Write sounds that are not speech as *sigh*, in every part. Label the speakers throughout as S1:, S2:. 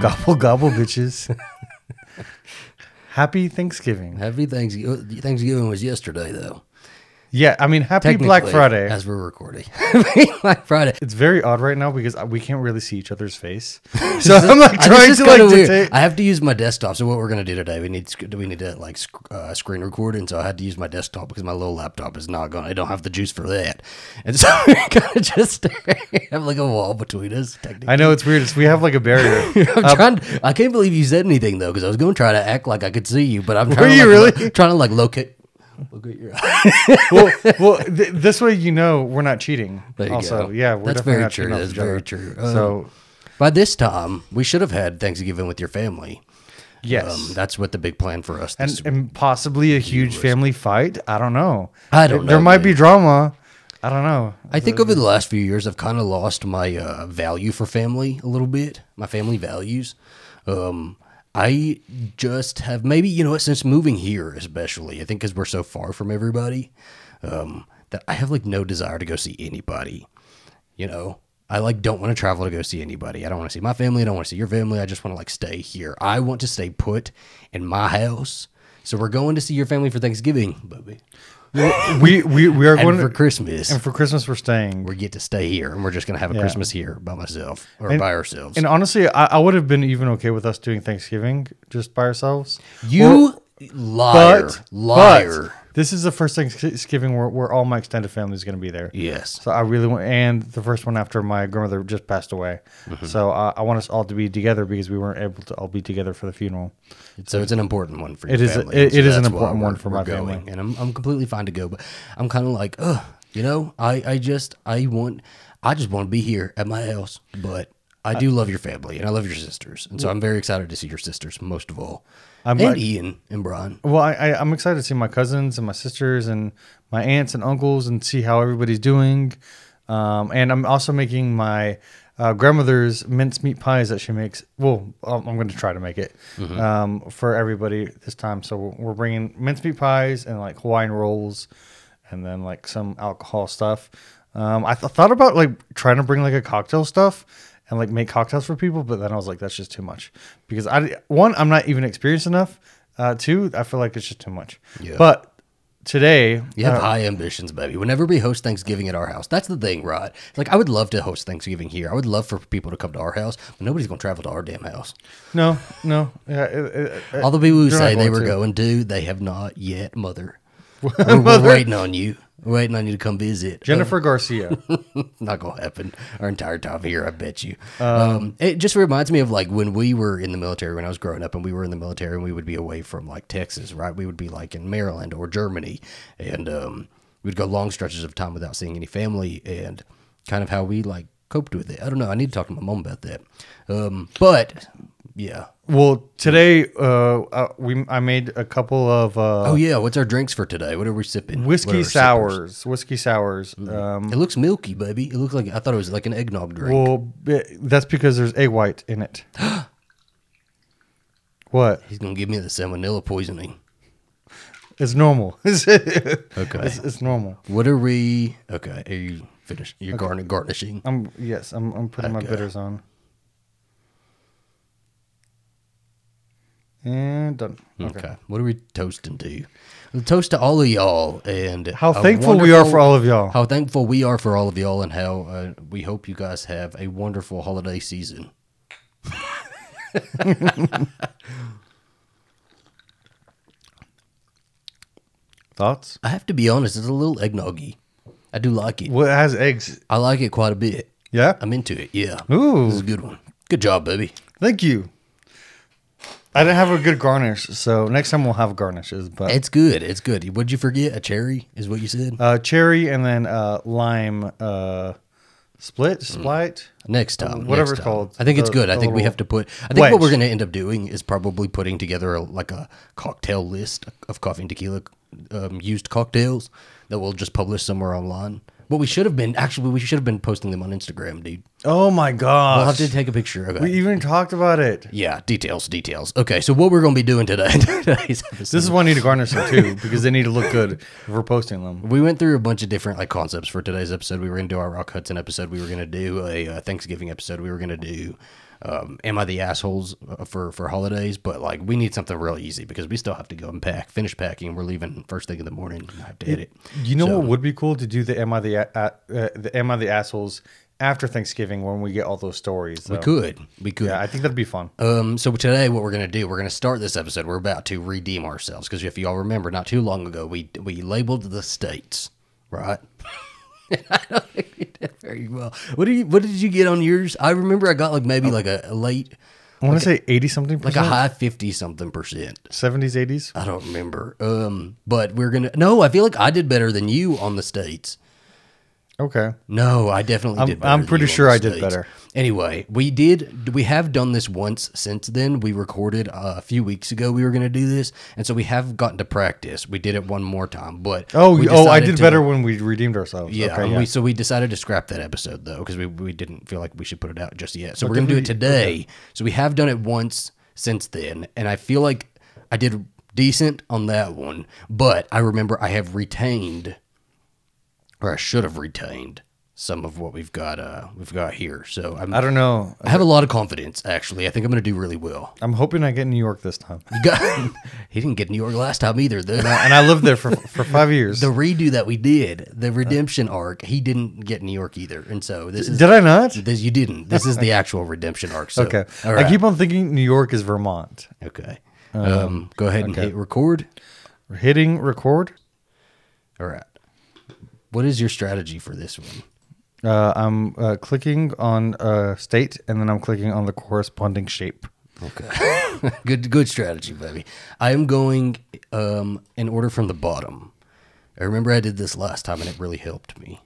S1: Gobble gobble, bitches. happy Thanksgiving.
S2: Happy Thanksgiving. Thanksgiving was yesterday, though.
S1: Yeah, I mean happy Black
S2: Technically,
S1: Friday.
S2: As we're recording. *laughs* Black Friday.
S1: it's very odd right now because we can't really see each other's face. So *laughs* I'm like
S2: I- *laughs* this
S1: trying
S2: is
S1: to
S2: kinda
S1: like
S2: weird.
S1: dictate.
S2: I have to use my desktop. So what we're gonna do today? We need sc- we need to like sc- uh, screen record, and so I had to use my desktop because my little laptop is not going. to I don't have the juice for that, and *laughs* so we're gonna just *laughs* have like a wall between us. Technically,
S1: I know it's weird. It's, we have like a barrier.
S2: *laughs* I'm trying. To, I can't believe you said anything though, because I was gonna try to act like I could see you, but I'm trying. to,
S1: you
S2: like,
S1: really?
S2: lo- trying to like locate. Locate your *laughs* eye.
S1: well, well th- this way you know we're not cheating.
S2: There you
S1: also,
S2: go.
S1: yeah, we're
S2: That's
S1: definitely
S2: very
S1: not
S2: true.
S1: cheating off
S2: That's
S1: each other.
S2: very true. Um,
S1: so
S2: By this time, we should have had Thanksgiving with your family.
S1: yes,
S2: Um, that's what the big plan for us. This
S1: and, and possibly a huge family fight. I don't know.
S2: I don't
S1: There
S2: know,
S1: might be drama. I don't
S2: *laughs*
S1: know.
S2: I think over the last few years, I've kind of lost my uh, value for family a little bit, my family values. Um, I just have maybe, you know what, since moving here, especially, I think because we're so far from everybody, um, that I have like no desire to go see anybody. You know, I like don't want to travel to go see anybody. I don't want to see my family. I don't want to see your family. I just want to like stay here. I want to stay put in my house. So we're going to see your family for Thanksgiving, Bubby,
S1: we we we are
S2: and
S1: going
S2: for
S1: to,
S2: Christmas
S1: and for Christmas we're staying.
S2: we get to stay here and we're just gonna have a
S1: Yeah.
S2: Christmas here by myself or by ourselves.
S1: and honestly, I, I would have been even okay with us doing Thanksgiving just by ourselves.
S2: you liar,
S1: But
S2: liar.
S1: but this is the first Thanksgiving where, where all my extended family is going to be there.
S2: yes,
S1: So I really want, and the first one after my grandmother just passed away.
S2: Mm-hmm.
S1: So I, I want us all to be together because we weren't able to all be together for the funeral.
S2: so it's an important one for your
S1: It is a-
S2: family.
S1: it-
S2: and so
S1: it is an
S2: that's why
S1: important one
S2: we're-
S1: for
S2: we're
S1: my
S2: going.
S1: family.
S2: and I'm I'm completely fine to go. But I'm kind of like, ugh, you know, I I just I want I just want to be here at my house, but. I do love your family and I love your sisters. And so I'm very excited to see your sisters most of all. and
S1: like-
S2: Ian and Brian.
S1: Well, I, I, I'm excited to see my cousins and my sisters and my aunts and uncles and see how everybody's doing. Um, and I'm also making my uh, grandmother's mincemeat pies that she makes. Well, I'm going to try to make it um, for everybody this time. So we're bringing mincemeat pies and like Hawaiian rolls and then like some alcohol stuff. Um, I th- thought about like trying to bring like a cocktail stuff and like make cocktails for people, but then I was like, that's just too much because I one I'm not even experienced enough. Uh, two, I feel like it's just too much.
S2: Yeah.
S1: But today,
S2: You have
S1: uh,
S2: high ambitions, baby. Whenever we host Thanksgiving at our house, that's the thing, right? Like, I would love to host Thanksgiving here. I would love for people to come to our house, but nobody's going to travel to our damn house.
S1: no, no, yeah, it- it- it-
S2: All the people who
S1: They're Uh, not
S2: say they
S1: going
S2: were
S1: to.
S2: going to, they have not
S1: *laughs*
S2: yet, mother. We're, we're waiting on you. We're waiting on you to come visit.
S1: Jennifer Garcia.
S2: *laughs* not gonna happen our entire time here i bet you um, it just reminds me of like when we were in the military when i was growing up and we were in the military and we would be away from like texas right we would be like in maryland or germany and um, we'd go long stretches of time without seeing any family and kind of how we like coped with it i don't know i need to talk to my mom about that um, but yeah
S1: Uh, well, today uh, uh, we I made a couple of uh,
S2: oh yeah what's our drinks for today what are we sipping What are
S1: whiskey
S2: our Oh, sippers? Mm-hmm.
S1: sours, whiskey sours. Um,
S2: it looks milky baby it looks like i thought it was like an eggnog drink
S1: Well, b- that's because there's egg white in
S2: *gasps*
S1: it. what?
S2: he's gonna give me the salmonella poisoning
S1: It's normal. *laughs* it's,
S2: okay
S1: it's normal.
S2: What are we? Okay, are you finished? You're garni- garnishing.
S1: I'm yes. I'm I'm putting my
S2: Okay.
S1: bitters on. And done.
S2: Okay. What are we toasting to? Well, toast to all of y'all and
S1: How
S2: a
S1: thankful we are
S2: wonderful-
S1: for all of y'all.
S2: How thankful we are for all of y'all, and how uh, we hope you guys have a wonderful holiday season.
S1: Thoughts?
S2: I have to be honest; it's a little eggnoggy. I do like it.
S1: Well, it has eggs. Um,
S2: I like it quite a bit.
S1: Yeah.
S2: I'm into it. Yeah.
S1: Ooh.
S2: this is a good one. Good job, baby.
S1: Thank you. I didn't have a good garnish, so next time we'll have garnishes. But
S2: It's good. It's good. What'd you forget? A cherry is what you said.
S1: uh, cherry and then uh, lime uh,
S2: Mm.
S1: split, split.
S2: Next time,
S1: Whatever
S2: next
S1: it's
S2: time.
S1: called,
S2: I think it's
S1: the-
S2: good. I
S1: the
S2: think we
S1: little
S2: have to put. I think what
S1: wedge.
S2: we're going to end up doing is probably putting together a, like a cocktail list of coffee and tequila um, used cocktails that we'll just publish somewhere online. But we should have been actually we should have been posting them on Instagram, dude.
S1: Oh my gosh!
S2: I'll have to take a picture. Okay.
S1: We even talked about it.
S2: yeah, details, details. Okay, so what we're going to be doing today? *laughs* today's episode-
S1: This is why I need to garnish them *laughs* too, because they need to look good if we're posting them.
S2: We went through a bunch of different like concepts for today's episode. We were going to do our Rock Hudson episode. We were going to do a uh, Thanksgiving episode. We were going to do um, am I the assholes uh, for for holidays? But like, we need something real easy because we still have to go and pack, finish packing. We're leaving first thing in the morning. And I have to hit it.
S1: You know
S2: So-
S1: what would be cool to do the am I the a- uh, uh, the am I the assholes after Thanksgiving when we Uh, get all those stories.
S2: We
S1: though.
S2: could, we could.
S1: Yeah, I think that'd be fun.
S2: Um, so today, what we're gonna do, we're gonna start this episode. We're about to redeem ourselves because if y'all remember, not too long ago, we we labeled the states, right? *laughs* I don't think we did very well. What did you What did you get on yours? I remember I got like maybe like a, a late,
S1: I want to say eighty something
S2: like a
S1: percent,
S2: high fifty something percent.
S1: seventies, eighties.
S2: I don't remember. Um, but we're gonna. No, I feel like I did better than you on the states.
S1: Okay,
S2: No, I definitely did. Better
S1: I'm
S2: than
S1: pretty
S2: you on
S1: sure
S2: the
S1: I did
S2: States.
S1: better.
S2: Anyway, we did. We have done this once since then. We recorded uh, a few weeks ago. We were going to do this, and so we have gotten to practice. We did it one more time, but
S1: Oh,
S2: we
S1: you- oh, I
S2: decided
S1: did
S2: to-
S1: better when we redeemed ourselves.
S2: Yeah,
S1: okay,
S2: and
S1: yeah.
S2: We, so we decided to scrap that episode though because we, we didn't feel like we should put it out just yet. So we're gonna do it today. So we have done it once since then, and I feel like I did decent on that one, but I remember I have retained, or I should have retained some of what we've got. Uh, we've got here. So I'm,
S1: I don't know.
S2: I have a lot of confidence actually. I think I'm gonna do really well.
S1: I'm hoping I get New York this time,
S2: You got- *laughs* he didn't get New York last time either. though.
S1: and I lived there *laughs* for for five years.
S2: the redo that we did, the redemption arc, he didn't get New York either, and so this is
S1: did I not?
S2: *laughs* this you didn't. This is the actual redemption arc. So,
S1: Okay,
S2: all right,
S1: I keep on thinking New York is Vermont.
S2: okay. Um, go ahead and hit record.
S1: Hitting record.
S2: All right. What is your strategy for this one?
S1: Uh, I'm uh, clicking on uh, state, and then I'm clicking on the corresponding shape.
S2: Okay, *laughs* good good strategy, baby. I am going um, in order from the bottom. I remember I did this last time, and it really helped me,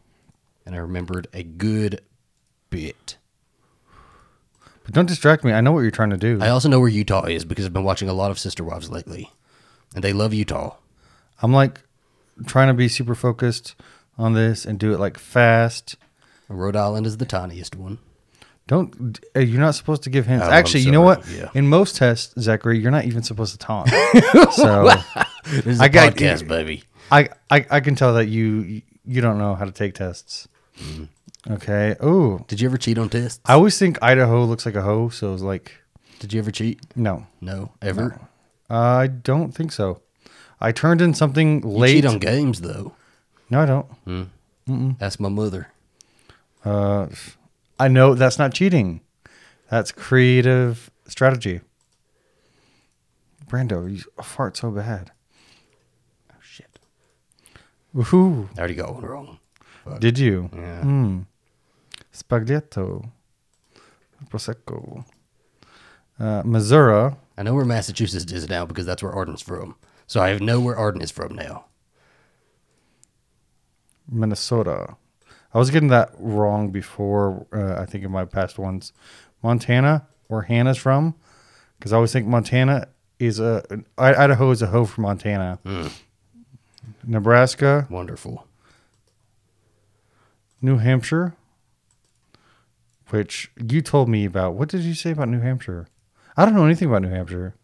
S2: and I remembered a good bit.
S1: But don't distract me. I know what you're trying to do.
S2: I also know where Utah is because I've been watching a lot of Sister Wives lately, and they love Utah.
S1: I'm like trying to be super focused on this and do it like fast.
S2: Rhode Island is the tiniest one.
S1: Don't uh, you're not supposed to give hints.
S2: Oh, I'm
S1: Actually, you know
S2: sorry.
S1: what?
S2: Yeah.
S1: In most tests, Zachary, you're not even supposed to
S2: *laughs*
S1: talk. so
S2: This is
S1: I
S2: a
S1: got-
S2: podcast, baby.
S1: I, I I can tell that you you don't know how to take tests.
S2: Mm-hmm.
S1: Okay. Oh,
S2: Did you ever cheat on tests?
S1: I always think Idaho looks like a hoe, so it's like
S2: Did you ever cheat?
S1: no.
S2: No, ever.
S1: I don't think so. I turned in something
S2: You
S1: late.
S2: Cheat on games though.
S1: No, I don't.
S2: Hmm. That's my mother.
S1: Uh, I know that's not cheating. That's creative strategy. Brando, you fart so bad.
S2: Oh shit!
S1: Woohoo!
S2: I already got one wrong.
S1: Did you?
S2: Yeah.
S1: Mm. Spaghetto. Prosecco. Uh, Missouri.
S2: I know where Massachusetts is now because that's where Arden's from. So I know where Arden is from now.
S1: Minnesota. I was getting that wrong before. Uh, I think in my past ones, Montana, where Hannah's from, because I always think Montana is a I- Idaho is a hoe for Montana. Nebraska,
S2: Wonderful.
S1: New Hampshire, which you told me about. What did you say about New Hampshire? I don't know anything about New Hampshire.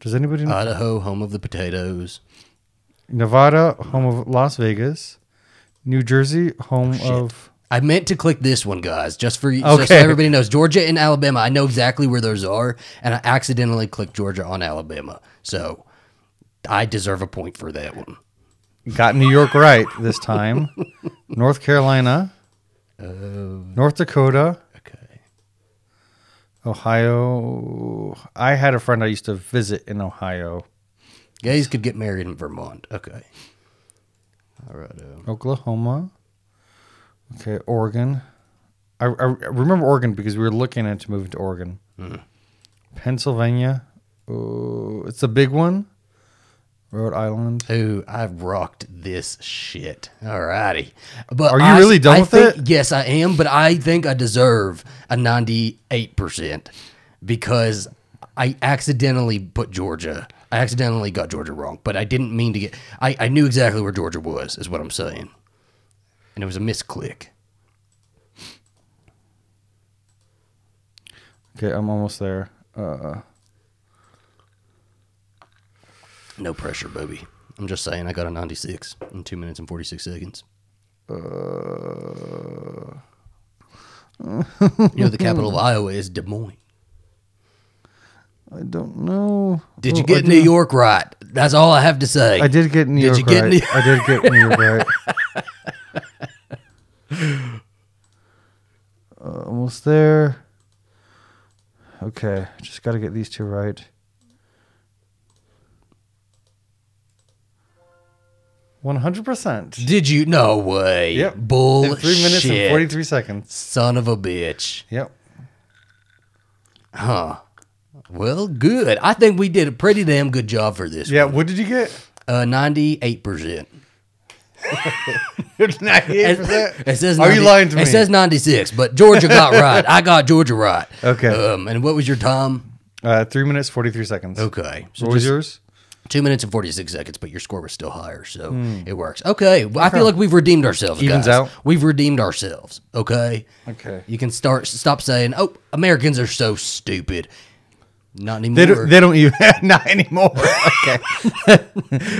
S1: Does anybody know?
S2: Idaho, home of the potatoes.
S1: Nevada, home of Las Vegas. New Jersey, home of
S2: I meant to click this one, guys, just for you, just so
S1: Okay.
S2: everybody knows. Georgia and Alabama. I know exactly where those are, and I accidentally clicked Georgia on Alabama. So I deserve a point for that one.
S1: got New York right this time. North Carolina,
S2: Oh,
S1: North Dakota,
S2: okay.
S1: Ohio. I had a friend I used to visit in Ohio,
S2: Gays could get married in Vermont. Okay. All right.
S1: uh,
S2: Um,
S1: Oklahoma. Okay, Oregon. I, I remember Oregon because we were looking into moving to Oregon.
S2: Hmm.
S1: Pennsylvania. Oh, it's a big one. Rhode Island.
S2: Ooh, I've rocked this shit. Alrighty. But
S1: Are you
S2: I-
S1: really done
S2: I
S1: with
S2: think-
S1: it?
S2: Yes, I am, but I think I deserve a 98% because I accidentally put Georgia. I accidentally got Georgia wrong, but I didn't mean to get I, I knew exactly where Georgia was, is what I'm saying. And it was a misclick.
S1: Okay, I'm almost there. Uh,
S2: No pressure, Bobby. I'm just saying I got a 96
S1: Uh,
S2: in 2 minutes and 46 seconds. You know, the
S1: *laughs*
S2: capital of Iowa is Des Moines.
S1: I don't know.
S2: Did you
S1: Well, I
S2: get New
S1: do-
S2: York right? That's all I have to say.
S1: I did get New
S2: Did
S1: York
S2: you get
S1: right.
S2: New-
S1: I did get New York right.
S2: *laughs*
S1: Uh, almost there. Okay, just got to get these two right. One hundred percent.
S2: Did you? No way.
S1: Yep.
S2: Bullshit.
S1: In three minutes and forty-three seconds.
S2: Son of a bitch.
S1: Yep.
S2: Huh. Well, good. I think we did a pretty damn good job for this.
S1: Yeah. What did you get? *laughs*
S2: Uh, 98%. *laughs*
S1: Ninety-eight
S2: It says
S1: Are you lying to me?
S2: It says 96, but
S1: *laughs*
S2: Georgia got right. I got Georgia right.
S1: Okay.
S2: Um, and what was your time?
S1: Uh, three minutes forty-three seconds.
S2: Okay. So
S1: What was
S2: just
S1: yours?
S2: two minutes and 46 seconds, but your score was still higher. So it works. Okay. Well, I feel like we've redeemed ourselves.
S1: Hmm. Evens
S2: guys.
S1: out.
S2: We've redeemed ourselves. Okay.
S1: Okay.
S2: You can start stop saying, "Oh, Americans are so stupid." Not anymore.
S1: They don't, they don't even *laughs* not
S2: *laughs*
S1: anymore. Okay.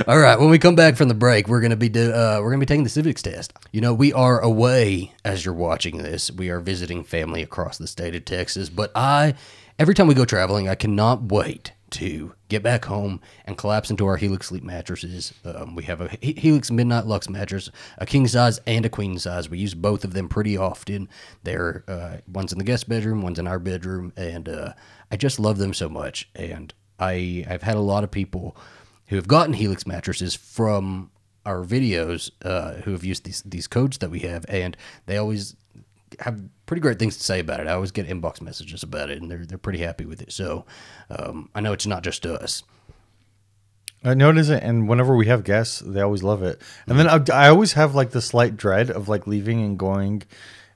S2: All right, when we come back from the break, we're gonna be do, uh, we're gonna be taking the civics test. You know, we are away as you're watching this. We are visiting family across the state of Texas, but I every time we go traveling, I cannot wait to get back home and collapse into our Helix sleep mattresses. Um, we have a He- Helix Midnight Lux mattress, a king size and a queen size. We use both of them pretty often. They're uh, one's in the guest bedroom, one's in our bedroom, and uh, I just love them so much. And I I've had a lot of people who have gotten Helix mattresses from our videos, uh, who have used these these codes that we have, and they always have pretty great things to say about it. I always get inbox messages about it, and they're they're pretty happy with it. So um, I know it's not just us.
S1: I notice it, and whenever we have guests, they always love it. And then I, I always have like the slight dread of like leaving and going,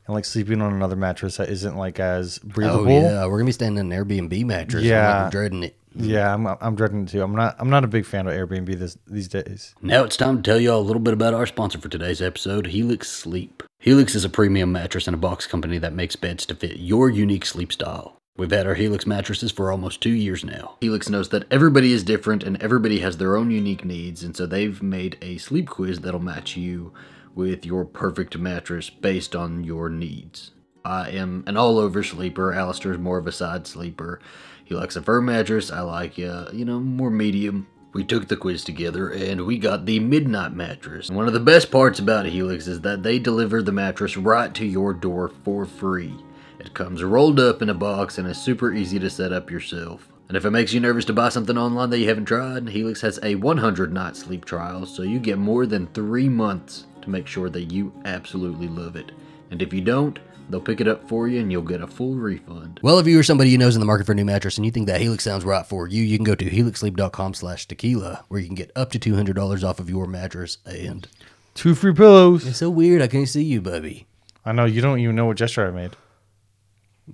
S1: and like sleeping on another mattress that isn't like as
S2: Oh
S1: breathable.
S2: yeah, we're gonna be standing in an Airbnb mattress.
S1: Yeah.
S2: I'm dreading it.
S1: Yeah, I'm I'm dreading it too. I'm not I'm not a big fan of Airbnb this these days.
S2: Now it's time to tell y'all a little bit about our sponsor for today's episode, Helix Sleep. Helix is a premium mattress and a box company that makes beds to fit your unique sleep style. We've had our Helix mattresses for almost two years now. Helix knows that everybody is different and everybody has their own unique needs, and so they've made a sleep quiz that'll match you with your perfect mattress based on your needs. I am an all over sleeper. Alistair's more of a side sleeper. He likes a firm mattress. I like, uh, you know, more medium. We took the quiz together and we got the midnight mattress. One of the best parts about Helix is that they deliver the mattress right to your door for free. It comes rolled up in a box and is super easy to set up yourself. And if it makes you nervous to buy something online that you haven't tried, Helix has a 100 night sleep trial, so you get more than three months to make sure that you absolutely love it. And if you don't, they'll pick it up for you and you'll get a full refund. Well, if you are somebody who knows in the market for a new mattress and you think that Helix sounds right for you, you can go to helixsleep.com slash tequila where you can get up to $200 off of your mattress. And
S1: Two free pillows.
S2: it's so weird, I can't see you, baby.
S1: I know you don't even know what gesture I made.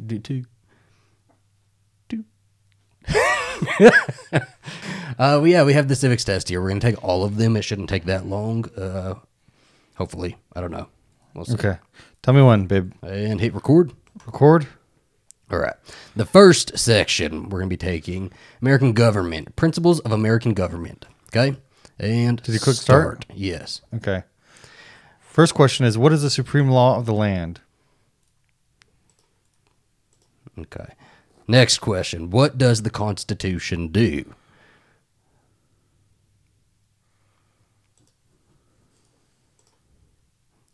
S2: Do two. Two. uh, well, yeah, we have the civics test here. We're going to take all of them. It shouldn't take that long. Uh, hopefully. I don't know. We'll see.
S1: Okay, tell me one, babe.
S2: And hit record.
S1: Record.
S2: All right. The first section we're going to be taking American government, principles of American government. Okay. And did
S1: you click start?
S2: Yes.
S1: Okay. First question is: What is the supreme law of the land?
S2: Okay. Next question. What does the Constitution do?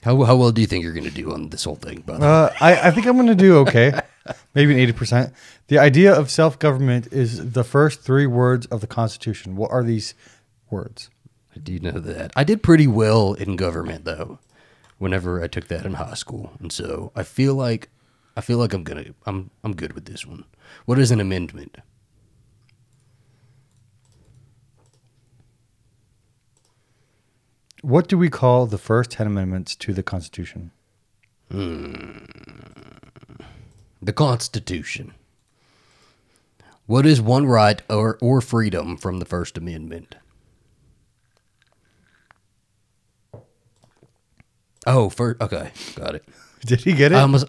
S2: How, how well do you think you're going to do on this whole thing? By the way?
S1: Uh, I, I think I'm going to do okay. Maybe an 80%. The idea of self government is the first three words of the Constitution. What are these words?
S2: I do know that. I did pretty well in government though. Whenever I took that in high school, and so I feel like I feel like I'm gonna I'm I'm good with this one. What is an amendment?
S1: What do we call the first 10 amendments to the Constitution?
S2: The Constitution. What is one right or, or freedom from the First Amendment? Oh, first, okay, got it.
S1: Did he get it?
S2: I almost,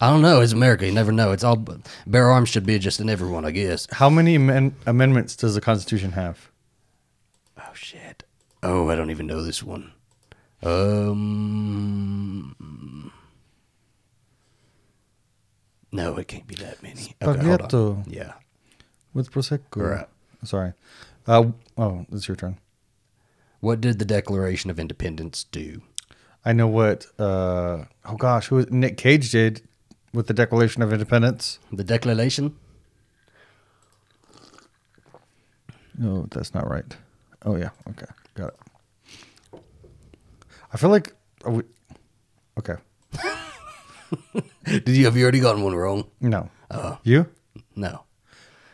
S2: I don't know. It's America. You never know. It's all bare arms should be just in everyone, I guess.
S1: How many amen- amendments does the Constitution have?
S2: Oh shit. Oh, I don't even know this one. Um. No, it can't be that many.
S1: Spaghetto.
S2: Yeah.
S1: with prosecco.
S2: Right.
S1: Sorry. Uh, oh, it's your turn.
S2: What did the Declaration of Independence do?
S1: I know what. Uh, oh gosh, who Nick Cage did with the Declaration of Independence.
S2: The Declaration? *laughs*
S1: No, that's not right. Oh yeah, okay, got it. I feel like, are we, okay,
S2: Did you have you already gotten one wrong? Uh,
S1: no, you?
S2: No,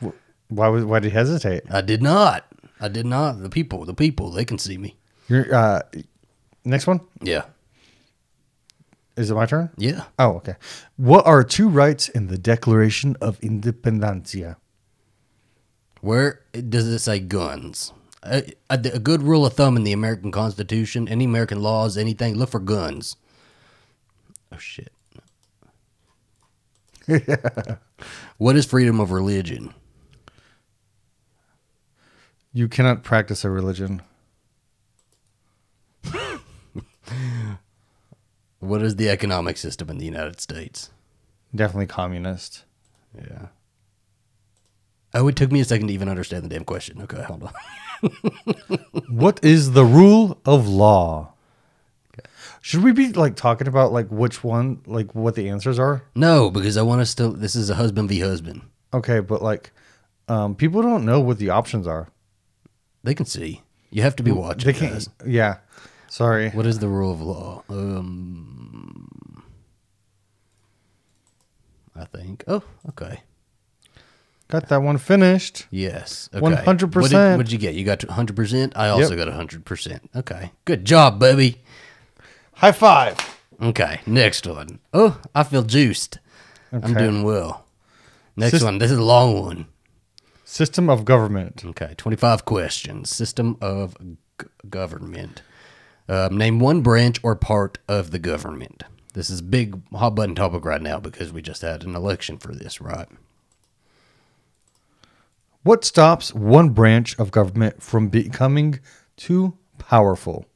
S1: Uh. Why was why did you hesitate?
S2: I did not. I did not. The people, the people, they can see me.
S1: Your uh, next one
S2: Yeah,
S1: is it my turn?
S2: yeah.
S1: Oh, okay. What are two rights in the Declaration of Independencia?
S2: Where does it say guns? A, a, a good rule of thumb in the American Constitution, any American laws, anything, look for guns. Oh, shit. What is freedom of religion?
S1: You cannot practice a religion.
S2: What is the economic system in the United States?
S1: Definitely communist.
S2: Yeah. Oh, it took me a second to even understand the damn question. Okay, hold on. *laughs*
S1: What is the rule of law? Should we be like talking about like which one, like what the answers are?
S2: No, because I want us to. This is a husband v husband.
S1: Okay, but like um, people don't know what the options are.
S2: They can see. You have to be watching.
S1: Mm, They can't.
S2: guys.
S1: Yeah, sorry.
S2: What is the rule of law? Um, I think. Oh, okay.
S1: Got that one finished.
S2: Yes. Okay.
S1: 100%.
S2: What did, what did you get? You got 100%? I also got 100%. Okay. Good job, baby.
S1: High five.
S2: Okay. Next one. Oh, I feel juiced. I'm
S1: Okay.
S2: doing well. Next
S1: Sis-
S2: one. This is a long one.
S1: System of government.
S2: Okay, 25 questions. System of g- government. Um, name one branch or part of the government. This is big hot button topic right now because we just had an election for this, right?
S1: What stops one branch of government from becoming too powerful?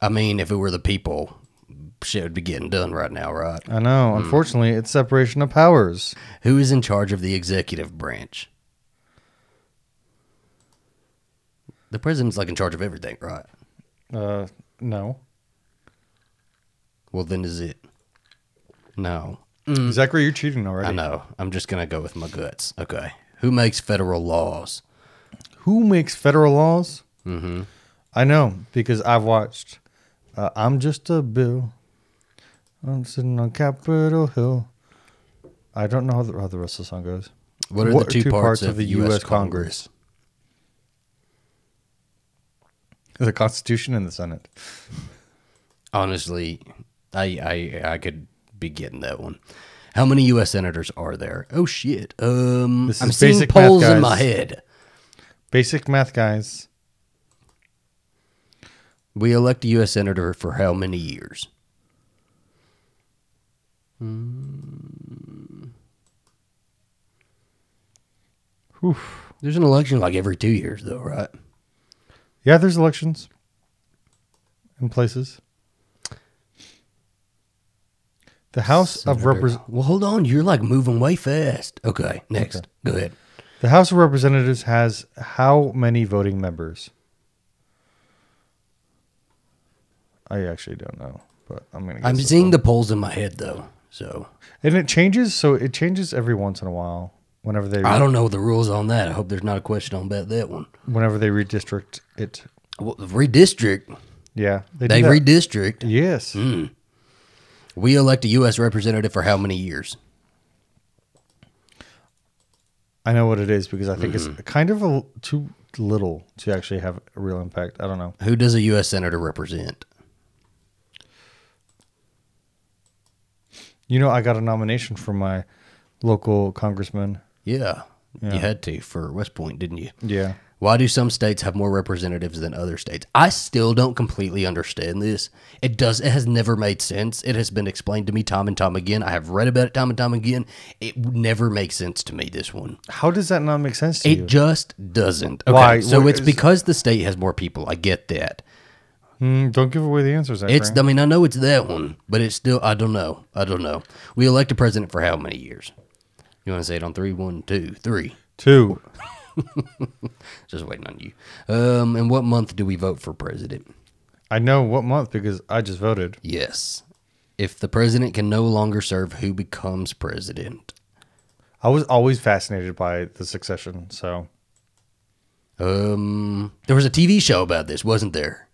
S2: I mean, if it were the people, shit would be getting done right now, right?
S1: I
S2: Hmm.
S1: know. Unfortunately, it's separation of powers.
S2: Who is in charge of the executive branch? The president's like in charge of everything, right?
S1: Uh, no.
S2: Well, then is it? No.
S1: Zachary, you're cheating already.
S2: Hmm. I know. I'm just going to go with my guts. Okay. Who makes federal laws?
S1: Who makes federal laws? Mm-hmm. I know because I've watched. Uh, I'm just a bill. I'm sitting on Capitol Hill. I don't know how the, how the rest of the song goes.
S2: What are
S1: What
S2: the two, parts, of, the U.S. Congress?
S1: The Constitution and the Senate.
S2: Honestly, I, I I could be getting that one. How many U.S. senators are there? Oh shit! Um,
S1: This
S2: I'm
S1: is
S2: seeing
S1: basic math,
S2: polls in
S1: guys.
S2: my head.
S1: Basic math, guys.
S2: We elect a U.S. senator for how many years?
S1: Hmm. Whew.
S2: There's an election like every two years, though, right?
S1: Yeah, there's elections in places. The House of
S2: Senator-
S1: Repres
S2: Well, hold on. You're like moving way fast. Okay, next. Go ahead.
S1: The House of Representatives has how many voting members? I actually don't know, but I'm gonna. Guess
S2: I'm
S1: this
S2: seeing
S1: one.
S2: the polls in my head though, so
S1: and it changes. So it changes every once in a while. Whenever they
S2: I don't know the rules on that. I hope there's not a question on about that one.
S1: whenever they redistrict it,
S2: Well, redistrict.
S1: yeah, do
S2: They Hmm?
S1: that.
S2: redistrict.
S1: Yes,
S2: We elect a U.S. representative for how many years?
S1: I know what it is because I think
S2: Mm-hmm.
S1: it's kind of a, l- too little to actually have a real impact. I don't know.
S2: Who does a U.S. senator represent?
S1: You know, I got a nomination from my local congressman.
S2: Yeah,
S1: Yeah.
S2: you had to for West Point, didn't you?
S1: Yeah,
S2: Why do some states have more representatives than other states? I still don't completely understand this. It does. It has never made sense. It has been explained to me time and time again. I have read about it time and time again. It never makes sense to me. This one.
S1: how does that not make sense to you?
S2: It just doesn't. Okay.
S1: Why?
S2: So
S1: What
S2: it's
S1: is-
S2: because the state has more people. I get that.
S1: Mm, don't give away the answers. I
S2: It's.
S1: think.
S2: I mean, I know it's that one, but it's still. I don't know. I don't know. We elect a president for how many years? You want to say it on three? One, two, three.
S1: two.
S2: Just waiting on you. Um, and what month do we vote for president?
S1: I know what month because I just voted.
S2: Yes. If the president can no longer serve, who becomes president?
S1: I was always fascinated by the succession. So,
S2: Um, there was a TV show about this, wasn't there?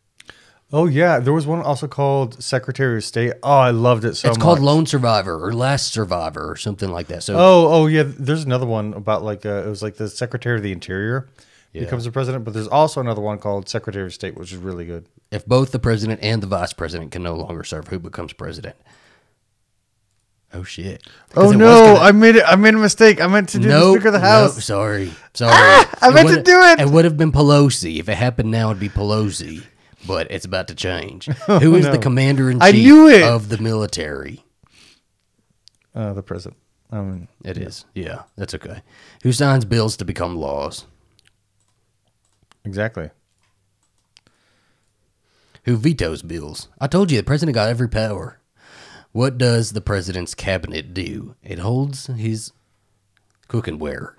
S1: oh yeah, there was one also called Secretary of State. Oh, I loved it so
S2: it's called
S1: much.
S2: Lone Survivor or Last Survivor or something like that. So
S1: Oh, oh yeah. There's another one about like uh, it was like the Secretary of the Interior becomes the president, but there's also another one called Secretary of State, which is really good.
S2: if both the president and the vice president can no longer serve, who becomes president? Oh shit!
S1: Oh
S2: Because it was
S1: no,
S2: gonna-
S1: I made it. I made a mistake. I meant to do the
S2: Nope,
S1: Speaker of the
S2: nope,
S1: House. Ah,
S2: sorry, sorry.
S1: I meant to
S2: would've-
S1: do it.
S2: It would have been Pelosi if it happened now. It'd be Pelosi, but it's about
S1: *laughs*
S2: to change. Who is the commander in
S1: Oh, I knew it.
S2: chief of the military?
S1: Uh, the president. Um, I mean,
S2: It is. Yeah, that's okay. Who signs bills to become laws?
S1: exactly.
S2: Who vetoes bills? I told you the president got every power. What does the president's cabinet do? It holds his cookware.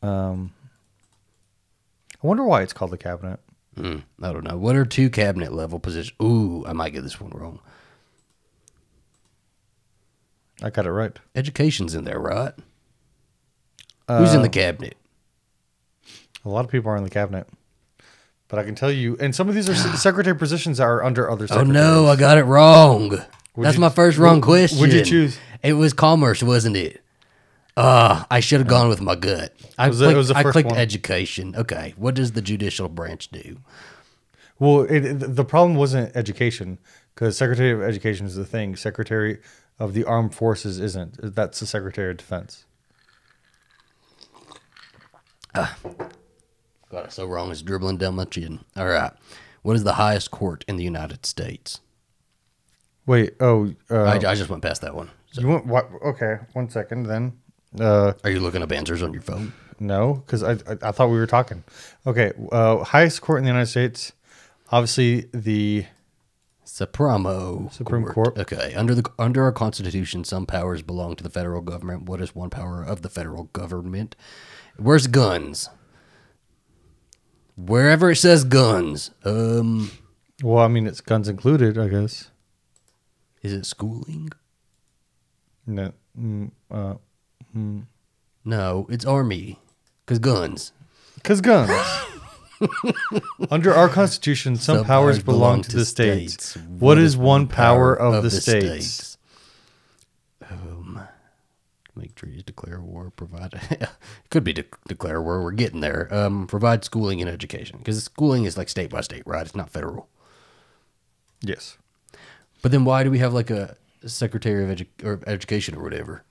S1: I wonder why it's called the cabinet.
S2: Mm, I don't know. What are two cabinet level positions? Ooh, I might get this one wrong.
S1: I got it right.
S2: Education's in there, right? Who's
S1: Uh,
S2: in the cabinet?
S1: A lot of people are in the cabinet, but I can tell you, and some of these are
S2: *sighs*
S1: se- secretary positions that are under other.
S2: Oh
S1: Secretaries.
S2: no, I got it wrong. That's
S1: you-
S2: my first wrong question.
S1: would you choose?
S2: It was commerce, wasn't it? Uh, I should have gone with my gut. I
S1: was the- it
S2: clicked,
S1: was the
S2: I
S1: first
S2: clicked
S1: one.
S2: education. Okay, what does the judicial branch do?
S1: Well, it, it- the problem wasn't education because secretary of education is the thing. Secretary of the armed forces isn't. That's the secretary of defense.
S2: Got it so wrong. It's dribbling down my chin. All right. What is the highest court in the United States?
S1: Wait. Oh,
S2: I,
S1: uh,
S2: I just went past that one. So,
S1: you want what? Okay, one second. Then, uh,
S2: are you looking up answers on your phone?
S1: no, because I, I I thought we were talking. Okay, uh, highest court in the United States, obviously the
S2: Supremo
S1: Supreme Court.
S2: Okay. Under the under our Constitution, some powers belong to the federal government. What is one power of the federal government? Where's guns? Wherever it says guns, um,
S1: well, I mean it's guns included, I guess.
S2: is it schooling?
S1: No, mm, uh,
S2: No, it's army, because guns.
S1: Because *laughs* guns. Under our Constitution, some, powers belong, to, the states. what is one power, of, the, states?
S2: Um, make treaties, declare war, provide. *laughs* could be de- declare war. We're getting there. Um, provide schooling and education because schooling is like state by state, right? It's not federal.
S1: Yes.
S2: But then why do we have like a Secretary of Edu- or Education or whatever?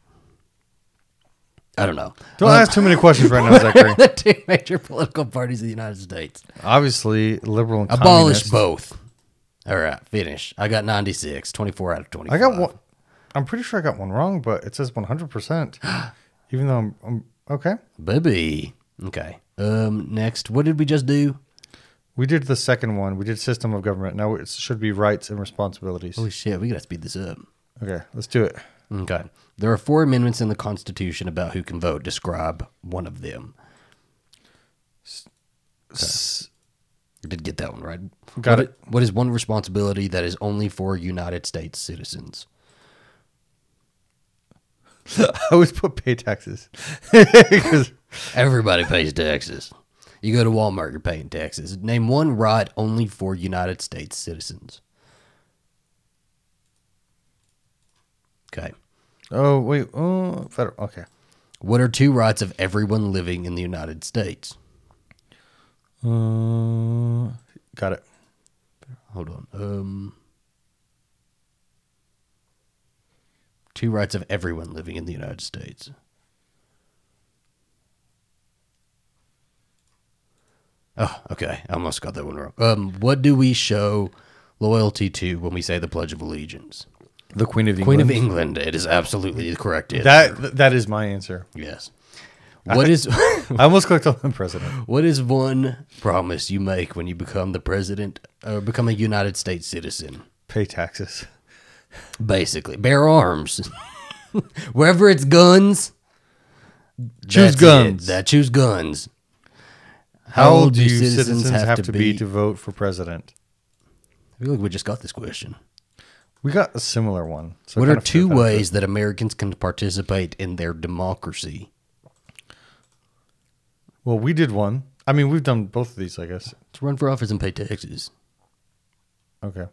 S2: I don't know.
S1: Don't ask too many questions right *laughs* now, Zachary.
S2: *laughs* the two major political parties of the United States.
S1: Obviously, liberal and
S2: Abolish
S1: communist.
S2: both. All right, finish. I got 96, 24 out of 25.
S1: I got one. I'm pretty sure I got one wrong, but it says 100. *gasps* percent Even though I'm, I'm okay.
S2: Baby. Okay. Um. Next, what did we just do?
S1: We did the second one. We did system of government. Now it should be rights and responsibilities.
S2: Holy shit, we gotta speed this up.
S1: Okay, let's do it.
S2: Okay. There are four amendments in the Constitution about who can vote. Describe one of them.
S1: S- *laughs*
S2: You did get that one right.
S1: Got
S2: What
S1: it.
S2: i- What is one responsibility that is only for United States citizens?
S1: I always put pay taxes *laughs* 'Cause
S2: Everybody pays taxes. You go to Walmart, you're paying taxes. Name one right only for United States citizens. Okay.
S1: oh wait, oh federal. Okay.
S2: What are two rights of everyone living in the United States?
S1: Uh, got it.
S2: Hold on. Um, two rights of everyone living in the United States. Oh, okay. I almost got that one wrong. Um, what do we show loyalty to when we say the Pledge of Allegiance?
S1: The Queen of
S2: Queen of England. It is absolutely the correct answer.
S1: That that is my answer.
S2: yes. What is *laughs*
S1: I almost clicked on the president.
S2: what is one promise you make when you become the president or become a United States citizen?
S1: Pay taxes.
S2: Basically, bear arms. *laughs* Wherever it's guns,
S1: Choose
S2: that's it.
S1: guns.
S2: That choose guns.
S1: How old do you citizens, have, to, be, to vote for president?
S2: I feel like we just got this question.
S1: We got a similar one. So
S2: what
S1: I
S2: are
S1: kinda feel
S2: two
S1: kind of good.
S2: ways that Americans can participate in their democracy?
S1: Well, we did one. I mean, we've done both of these, I guess.
S2: To run for office and pay taxes.
S1: Okay.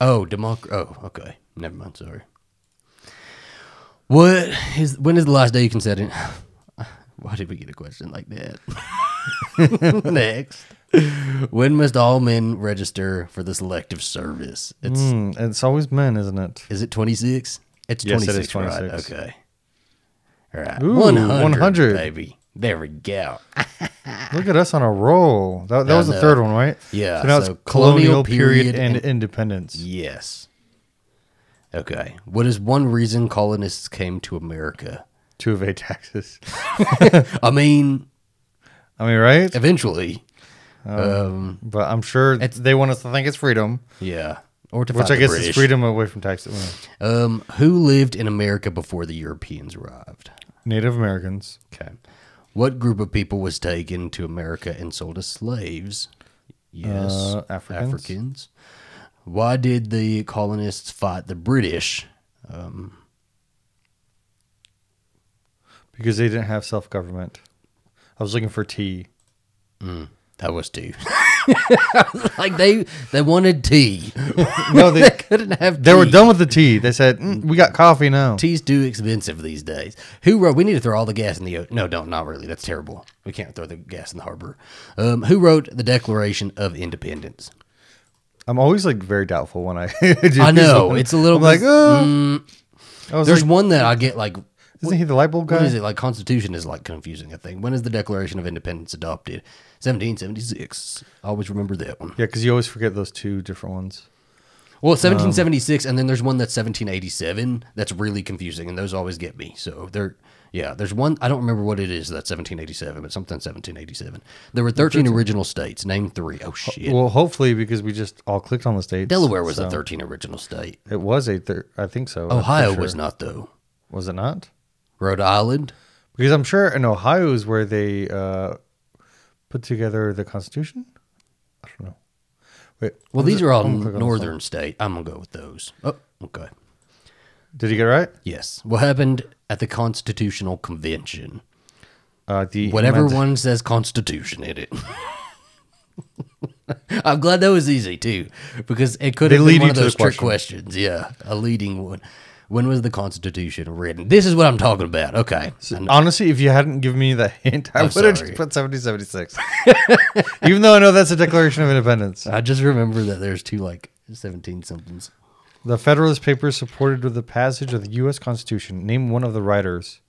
S2: Oh, democ. Oh, okay. Never mind. Sorry. What is when is the last day you can set in? *laughs* Why did we get a question like that? *laughs* Next, when must all men register for the selective service? It's
S1: Mm, it's always men, isn't it?
S2: is it twenty six? It's
S1: Yes,
S2: twenty
S1: it is
S2: six. Right.
S1: 26.
S2: Okay. All right.
S1: Ooh,
S2: 100,
S1: 100.
S2: baby. There we go.
S1: Look at us on a roll. That, that
S2: I
S1: was the
S2: know.
S1: third one, right?
S2: Yeah,
S1: So now
S2: so
S1: it's colonial,
S2: colonial
S1: period,
S2: period
S1: and,
S2: and-
S1: independence.
S2: Yes. Okay. What is one reason colonists came
S1: *laughs*
S2: to America?
S1: to evade taxes.
S2: I mean,
S1: I mean, right?
S2: eventually. Um,
S1: But I'm sure they want us to think it's freedom,
S2: yeah. Or to
S1: which
S2: fight
S1: I
S2: the
S1: guess
S2: British.
S1: is freedom away from taxes.
S2: Um, who lived in America before the Europeans arrived?
S1: Native Americans,
S2: Okay. What group of people was taken to America and sold as slaves? Yes.
S1: Uh, Africans.
S2: Africans. Why did the colonists fight the British? Um,
S1: because they didn't have self government. I was looking for tea.
S2: that was tea. *laughs* like they they wanted tea.
S1: No,
S2: *laughs* they
S1: they,
S2: couldn't have.
S1: they
S2: tea.
S1: were done with the tea. They said, "Mm, we got coffee now.
S2: Tea's too expensive these days. Who wrote? We need to throw all the gas in the ocean. No, don't. Not really. That's terrible. We can't throw the gas in the harbor. Um, who wrote the Declaration of Independence?
S1: I'm always like very doubtful when I *laughs* do
S2: I
S1: these
S2: know
S1: ones.
S2: it's a little
S1: I'm like,
S2: bit- mm.
S1: oh. I was
S2: There's
S1: like,
S2: one that I get like.
S1: isn't he the light bulb
S2: What
S1: guy?
S2: is it like? Constitution is like confusing. I think. When is the Declaration of Independence adopted? 1776. I always remember that one.
S1: Yeah, because you always forget those two different ones.
S2: Well,
S1: Um,
S2: 1776, and then there's one that's 1787. That's really confusing, and those always get me. So there, yeah, there's one I don't remember what it is. That's 1787, but something 1787. There were 13 original states. Name three. Oh shit.
S1: Well, hopefully, because we just all clicked on the states.
S2: Delaware was
S1: so-
S2: the 13 original state.
S1: It was a third. I think so. I'm pretty
S2: Ohio
S1: sure.
S2: was not though.
S1: Was it not?
S2: Rhode Island.
S1: Because I'm sure in Ohio is where they uh, put together the Constitution. I don't know. Wait.
S2: Well,
S1: what is
S2: these
S1: it?
S2: are all
S1: I'm gonna click on this one.
S2: northern state. I'm gonna go with those. Oh, okay.
S1: Did you get it right?
S2: Yes. What happened at the Constitutional Convention?
S1: Uh, the
S2: Whatever
S1: emanci-
S2: one says Constitution in it. *laughs* I'm glad that was easy too, because it could
S1: They
S2: have
S1: lead
S2: been
S1: you
S2: one of
S1: to the
S2: those trick
S1: question.
S2: questions. Yeah, a leading one. When was the Constitution written? This is what I'm talking about. Okay,
S1: Honestly, if you hadn't given me that hint, I
S2: I'm
S1: would have
S2: sorry.
S1: just put 1776. *laughs* Even though I know that's a Declaration of Independence.
S2: I just remember that there's two like 17 somethings.
S1: The Federalist Papers supported with the passage of the U.S. Constitution. Name one of the
S2: *gasps*
S1: writers.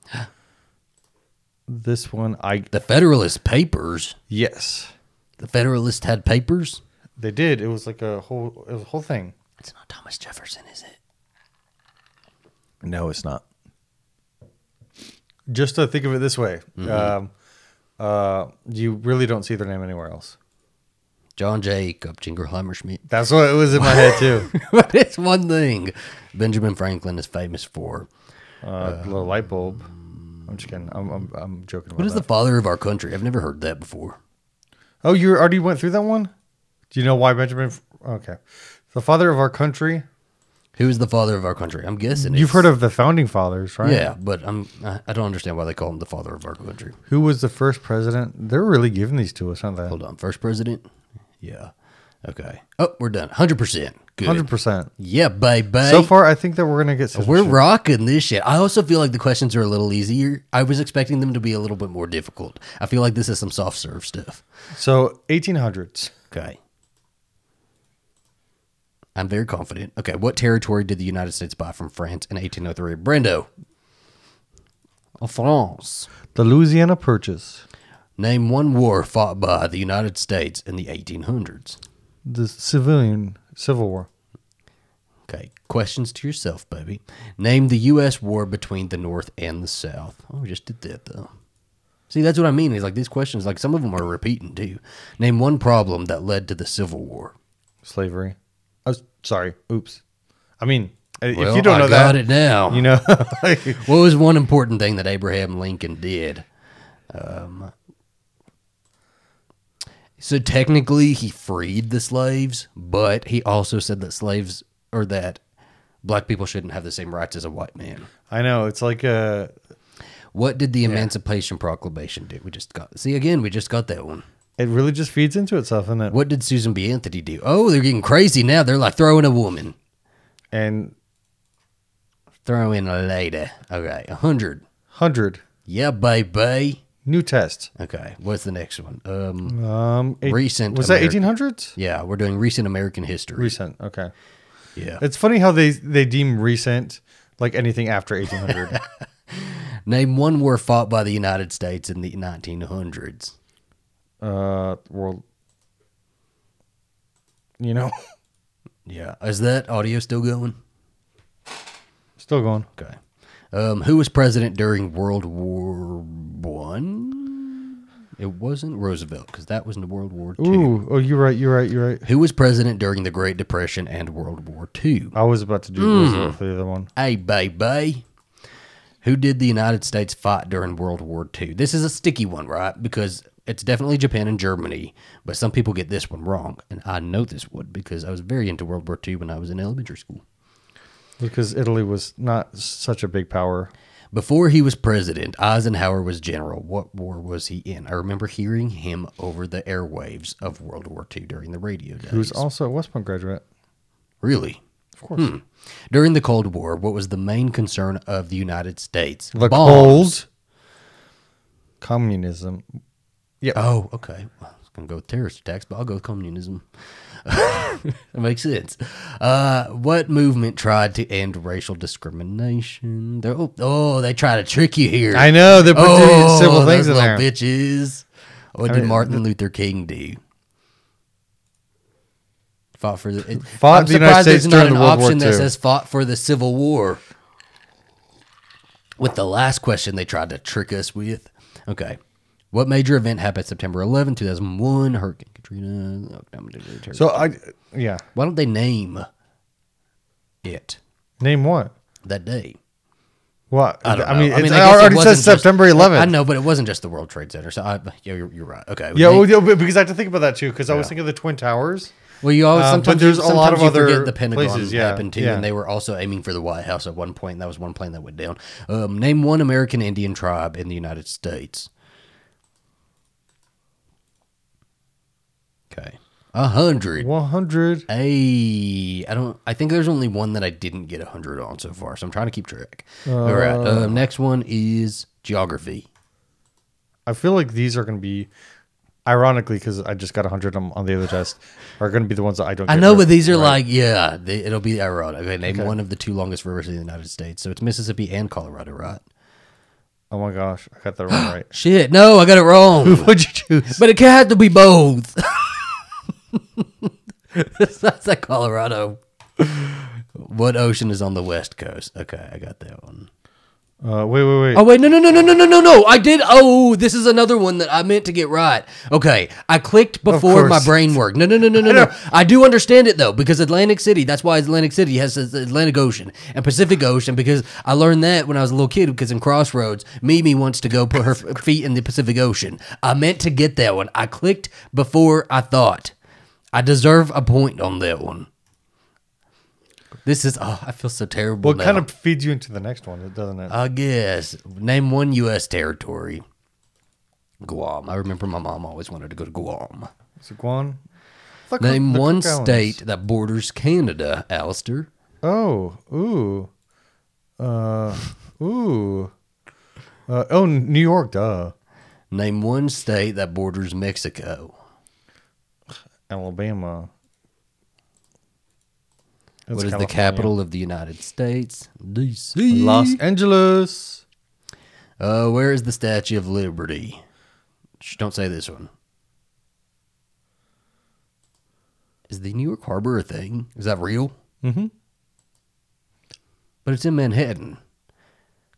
S1: this one, I
S2: The Federalist Papers.
S1: yes,
S2: The Federalist had papers.
S1: they did. It was like a whole, it was a whole thing.
S2: It's not Thomas Jefferson, is it?
S1: No, it's not. Just to think of it this way,
S2: Mm-hmm.
S1: um, uh, you really don't see their name anywhere else.
S2: John Jacob Jingleheimer Schmidt.
S1: That's what it was in my head too.
S2: *laughs* but it's one thing Benjamin Franklin is famous for.
S1: Uh, little light bulb. I'm just kidding. I'm, I'm, I'm joking. About
S2: What is
S1: that.
S2: the father of our country? I've never heard that before.
S1: Oh, you already went through that one. Do you know why Benjamin? F- Okay, the father of our country.
S2: Who is the father of our country? I'm guessing
S1: You've
S2: it's-
S1: heard of the founding fathers, right?
S2: yeah, but I'm I I don't understand why they call him the father of our country.
S1: Who was the first president? They're really giving these to us, aren't they?
S2: Hold on, first president. Yeah. Okay. Oh, we're done. Hundred percent. Good.
S1: Hundred percent.
S2: Yeah, baby.
S1: So far, I think that we're gonna get.
S2: we're
S1: Citizenship.
S2: rocking this shit. I also feel like the questions are a little easier. I was expecting them to be a little bit more difficult. I feel like this is some soft serve stuff.
S1: So 1800s.
S2: Okay. I'm very confident. Okay, what territory did the United States buy from France in 1803? Brando. France.
S1: The Louisiana Purchase.
S2: Name one war fought by the United States in the 1800s.
S1: The civilian Civil War.
S2: Okay, Questions to yourself, baby. Name the U.S. war between the North and the South. Oh, we just did that though. See, that's what I mean. Is like these questions, like some of them are repeating too. Name one problem that led to the Civil War.
S1: Slavery. I was sorry. Oops. I mean, i- if
S2: Well,
S1: you don't
S2: I
S1: know
S2: got
S1: that,
S2: it now.
S1: you know, *laughs* like,
S2: What was one important thing that Abraham Lincoln did? Um, so technically, he freed the slaves, but he also said that slaves or that black people shouldn't have the same rights as a white man.
S1: I know it's like uh, a
S2: What did the Emancipation Proclamation do? We just got see again. We just got that one.
S1: it really just feeds into itself, isn't it?
S2: What did Susan B. Anthony do? Oh, they're getting crazy now. They're like throwing a woman,
S1: And
S2: throwing a lady. Okay, a hundred.
S1: hundred
S2: Yeah, baby.
S1: new test.
S2: Okay, what's the next one? Um.
S1: Um, eight-
S2: Recent
S1: was that
S2: American-
S1: eighteen hundreds?
S2: Yeah, we're doing recent American history.
S1: Recent. Okay.
S2: Yeah.
S1: It's funny how they they deem recent like anything after eighteen
S2: *laughs*
S1: hundred.
S2: Name one war fought by the United States in the 1900s.
S1: uh, world. You know, *laughs*
S2: Yeah. Is that audio still going?
S1: still going.
S2: Okay. Um, who was president during World War One? It wasn't Roosevelt because that was in World War Two.
S1: Ooh, oh, you're right. You're right. You're right.
S2: Who was president during the Great Depression and World War Two?
S1: I was about to do
S2: Hmm.
S1: Roosevelt for the other one.
S2: Hey, baby. Who did the United States fight during World War II? This is a sticky one, right? Because it's definitely Japan and Germany, but some people get this one wrong. And I know this one because I was very into World War II when I was in elementary school.
S1: because Italy was not such a big power.
S2: Before he was president, Eisenhower was general. What war was he in? I remember hearing him over the airwaves of World War II during the radio days.
S1: He was also a West Point graduate.
S2: really?
S1: Of course.
S2: Hmm. During the Cold War, what was the main concern of the United States?
S1: The Cold
S2: Bombs.
S1: Communism.
S2: Oh, okay. Well, I was going to go with terrorist attacks, but I'll go with communism. *laughs* that makes sense. Uh, what movement tried to end racial discrimination? They're, oh, oh, they try to trick you here.
S1: I know. They put *laughs*
S2: oh,
S1: several
S2: those
S1: things in there.
S2: little bitches. What
S1: I
S2: did
S1: mean,
S2: Martin Luther King do? Fought for the. It,
S1: Fought
S2: I'm
S1: the United
S2: surprised there's
S1: States
S2: not
S1: during
S2: an
S1: the World War
S2: option that
S1: II.
S2: says fought for the Civil War. With the last question they tried to trick us with. Okay. What major event happened September 11, 2001? Hurricane Katrina. Oh,
S1: So I, yeah.
S2: Why don't they name it
S1: Name what?
S2: that day?
S1: What?
S2: I, don't know.
S1: mean, it's, I
S2: guess
S1: already
S2: wasn't
S1: says
S2: just-
S1: September 11th.
S2: I know, but it wasn't just the World Trade Center. So I, yeah, you're, you're right. Okay.
S1: Yeah,
S2: They-
S1: well, yeah, but- because I have to think about that too. Because I was thinking of the Twin Towers.
S2: Well, you always
S1: Um, but
S2: sometimes
S1: there's
S2: you,
S1: a lot
S2: sometimes
S1: of
S2: you forget
S1: other
S2: the Pentagon
S1: places, yeah,
S2: happened too,
S1: yeah.
S2: and they were also aiming for the White House at one point. That was one plane that went down. Um, name one American Indian tribe in the United States. Okay, a hundred.
S1: One hundred.
S2: Hey, I don't. I think there's only one that I didn't get a hundred on so far, so I'm trying to keep track. All right,
S1: Uh.
S2: um, next one is geography.
S1: I feel like these are going to be, ironically, because I just got hundred on, on the other test, are going to be the ones that I don't.
S2: I
S1: get
S2: know,
S1: right.
S2: but these are like, yeah, they, it'll be ironic. Okay, name one of the two longest rivers in the United States. So it's Mississippi and Colorado, right?
S1: Oh my gosh, I
S2: *gasps*
S1: got that one right.
S2: Shit, no, I got it *laughs* wrong.
S1: What'd you choose?
S2: but it can have to be both. *laughs* That's like Colorado. What ocean is on the west coast? Okay, I got that one.
S1: Uh, wait, wait, wait.
S2: Oh wait, no, no, no, no, no, no, no, no! I did. Oh, this is another one that I meant to get right. Okay, I clicked before
S1: course.
S2: my brain worked. No, no, no, no,
S1: *laughs*
S2: no, no. I do understand it though because Atlantic City. That's why Atlantic City has the Atlantic Ocean and Pacific Ocean because I learned that when I was a little kid. Because in Crossroads, Mimi wants to go put
S1: *laughs*
S2: her f- feet in the Pacific Ocean. I meant to get that one. I clicked before I thought. I deserve a point on that one. This is. Oh, I feel so terrible.
S1: What
S2: now.
S1: kind of feeds you into the next one, doesn't it?
S2: I guess. Name one U.S. territory. Guam. I remember my mom always wanted to go to Guam.
S1: Is it Guam? I thought
S2: Name
S1: Cook- the
S2: one
S1: Cook Islands.
S2: state that borders Canada, Alistair.
S1: Oh, ooh, uh, ooh. Uh, oh, New York, duh.
S2: Name one state that borders Mexico.
S1: Alabama. That's
S2: what is the
S1: California.
S2: capital of the United States? D.C.
S1: Los Angeles.
S2: Uh, where is the Statue of Liberty? Shh, don't say this one. Is the New York Harbor a thing? Is that real?
S1: Mm-hmm.
S2: but it's in Manhattan.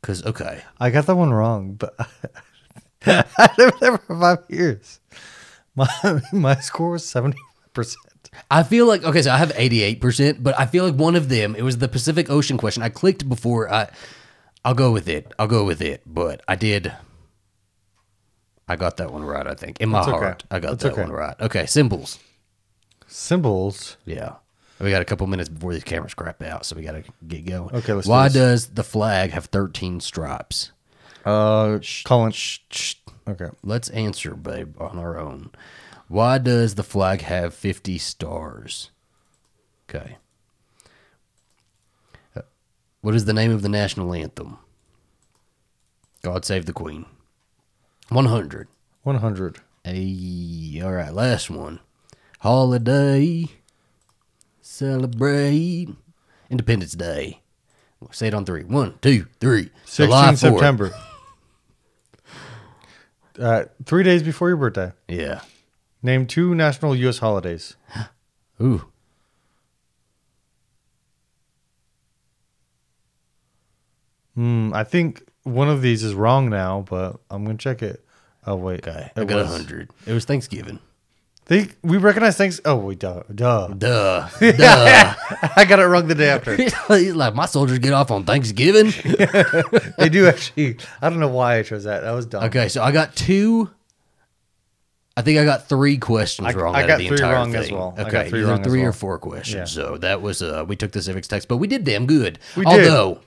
S2: Cause okay,
S1: I got that one wrong, but *laughs* I lived there for five years. My *laughs* my score was seventy percent.
S2: I feel like okay, so I have eighty eight percent, but I feel like one of them it was the Pacific Ocean question. I clicked before I. I'll go with it. I'll go with it. But I did. I got that one right. I think in my
S1: That's okay.
S2: heart, I got
S1: That's
S2: that
S1: okay.
S2: one right. Okay, symbols.
S1: Symbols.
S2: Yeah. We got a couple minutes before these cameras crap out, so we got to get going.
S1: Okay, let's do
S2: Why
S1: this.
S2: does the flag have 13 stripes?
S1: Uh, Colin.
S2: Shh, shh.
S1: Okay.
S2: Let's answer, babe, on our own. Why does the flag have 50 stars? Okay. Uh, What is the name of the national anthem? God Save the Queen. 100.
S1: One hundred.
S2: Hey, all right, last one. Holiday, celebrate Independence Day. We'll say it on three. One, two, three. July
S1: 16
S2: 4th.
S1: September. *laughs* uh, three days before your birthday.
S2: Yeah.
S1: Name two national U.S. holidays.
S2: Ooh.
S1: Hmm. I think one of these is wrong now, but I'm gonna check it. Oh wait.
S2: Okay. I
S1: It
S2: got a
S1: was-
S2: hundred. It was Thanksgiving.
S1: They we recognize thanks. Oh wait, duh,
S2: *laughs*
S1: duh. *laughs*
S2: Duh. Duh.
S1: I got it wrong the day after.
S2: He's like, my soldiers get off on Thanksgiving.
S1: *laughs* they do actually. I don't know why I chose that. That was dumb.
S2: Okay, so I got two. I think I got three questions
S1: I-
S2: wrong.
S1: I
S2: out
S1: got
S2: of the
S1: three
S2: entire
S1: wrong
S2: thing.
S1: as well. I
S2: Okay,
S1: got three
S2: either
S1: wrong as
S2: three or
S1: well.
S2: four questions.
S1: Yeah.
S2: So that was uh, we took the civics text, but we did damn good.
S1: We did.
S2: Although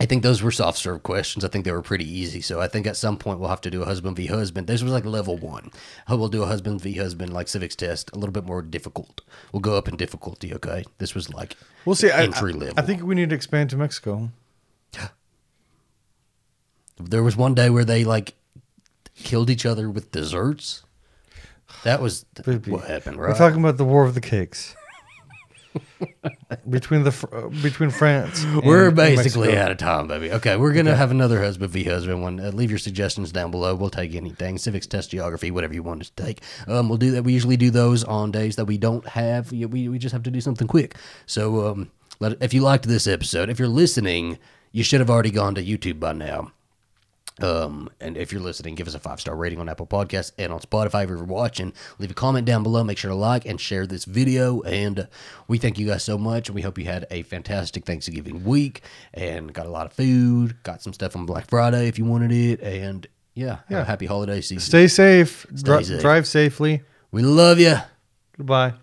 S2: I think those were soft serve questions. I think they were pretty easy. So I think at some point we'll have to do a husband v husband. This was like level one. Oh, we'll do a husband v husband like civics test, a little bit more difficult. We'll go up in difficulty. Okay, this was like
S1: We'll see. I,
S2: Entry
S1: I-
S2: level.
S1: I think we need to expand to Mexico.
S2: There was one day where they like killed each other with desserts.
S1: *sighs*
S2: That was
S1: Boopy.
S2: what happened,
S1: We're
S2: right?
S1: talking about the War of the
S2: *laughs*
S1: Cakes between the Fr- uh, between France. and-
S2: We're
S1: and
S2: basically
S1: Mexico.
S2: out of time, baby. Okay, we're gonna have another husband v husband one. Uh, leave your suggestions down below. We'll take anything, civics, test, geography, whatever you want us to take. Um, we'll do that. We usually do those on days that we don't have. We we we just have to do something quick. So, um, let, if you liked this episode, if you're listening, you should have already gone to YouTube by now. Um, and if you're listening, give us a five star rating on Apple Podcasts and on Spotify. If you're watching, leave a comment down below. Make sure to like and share this video. And we thank you guys so much. We hope you had a fantastic Thanksgiving week and got a lot of food. Got some stuff on Black Friday if you wanted it. And yeah, have a happy holiday season.
S1: Stay safe. Dri-
S2: safe.
S1: Drive safely.
S2: we love you.
S1: Goodbye.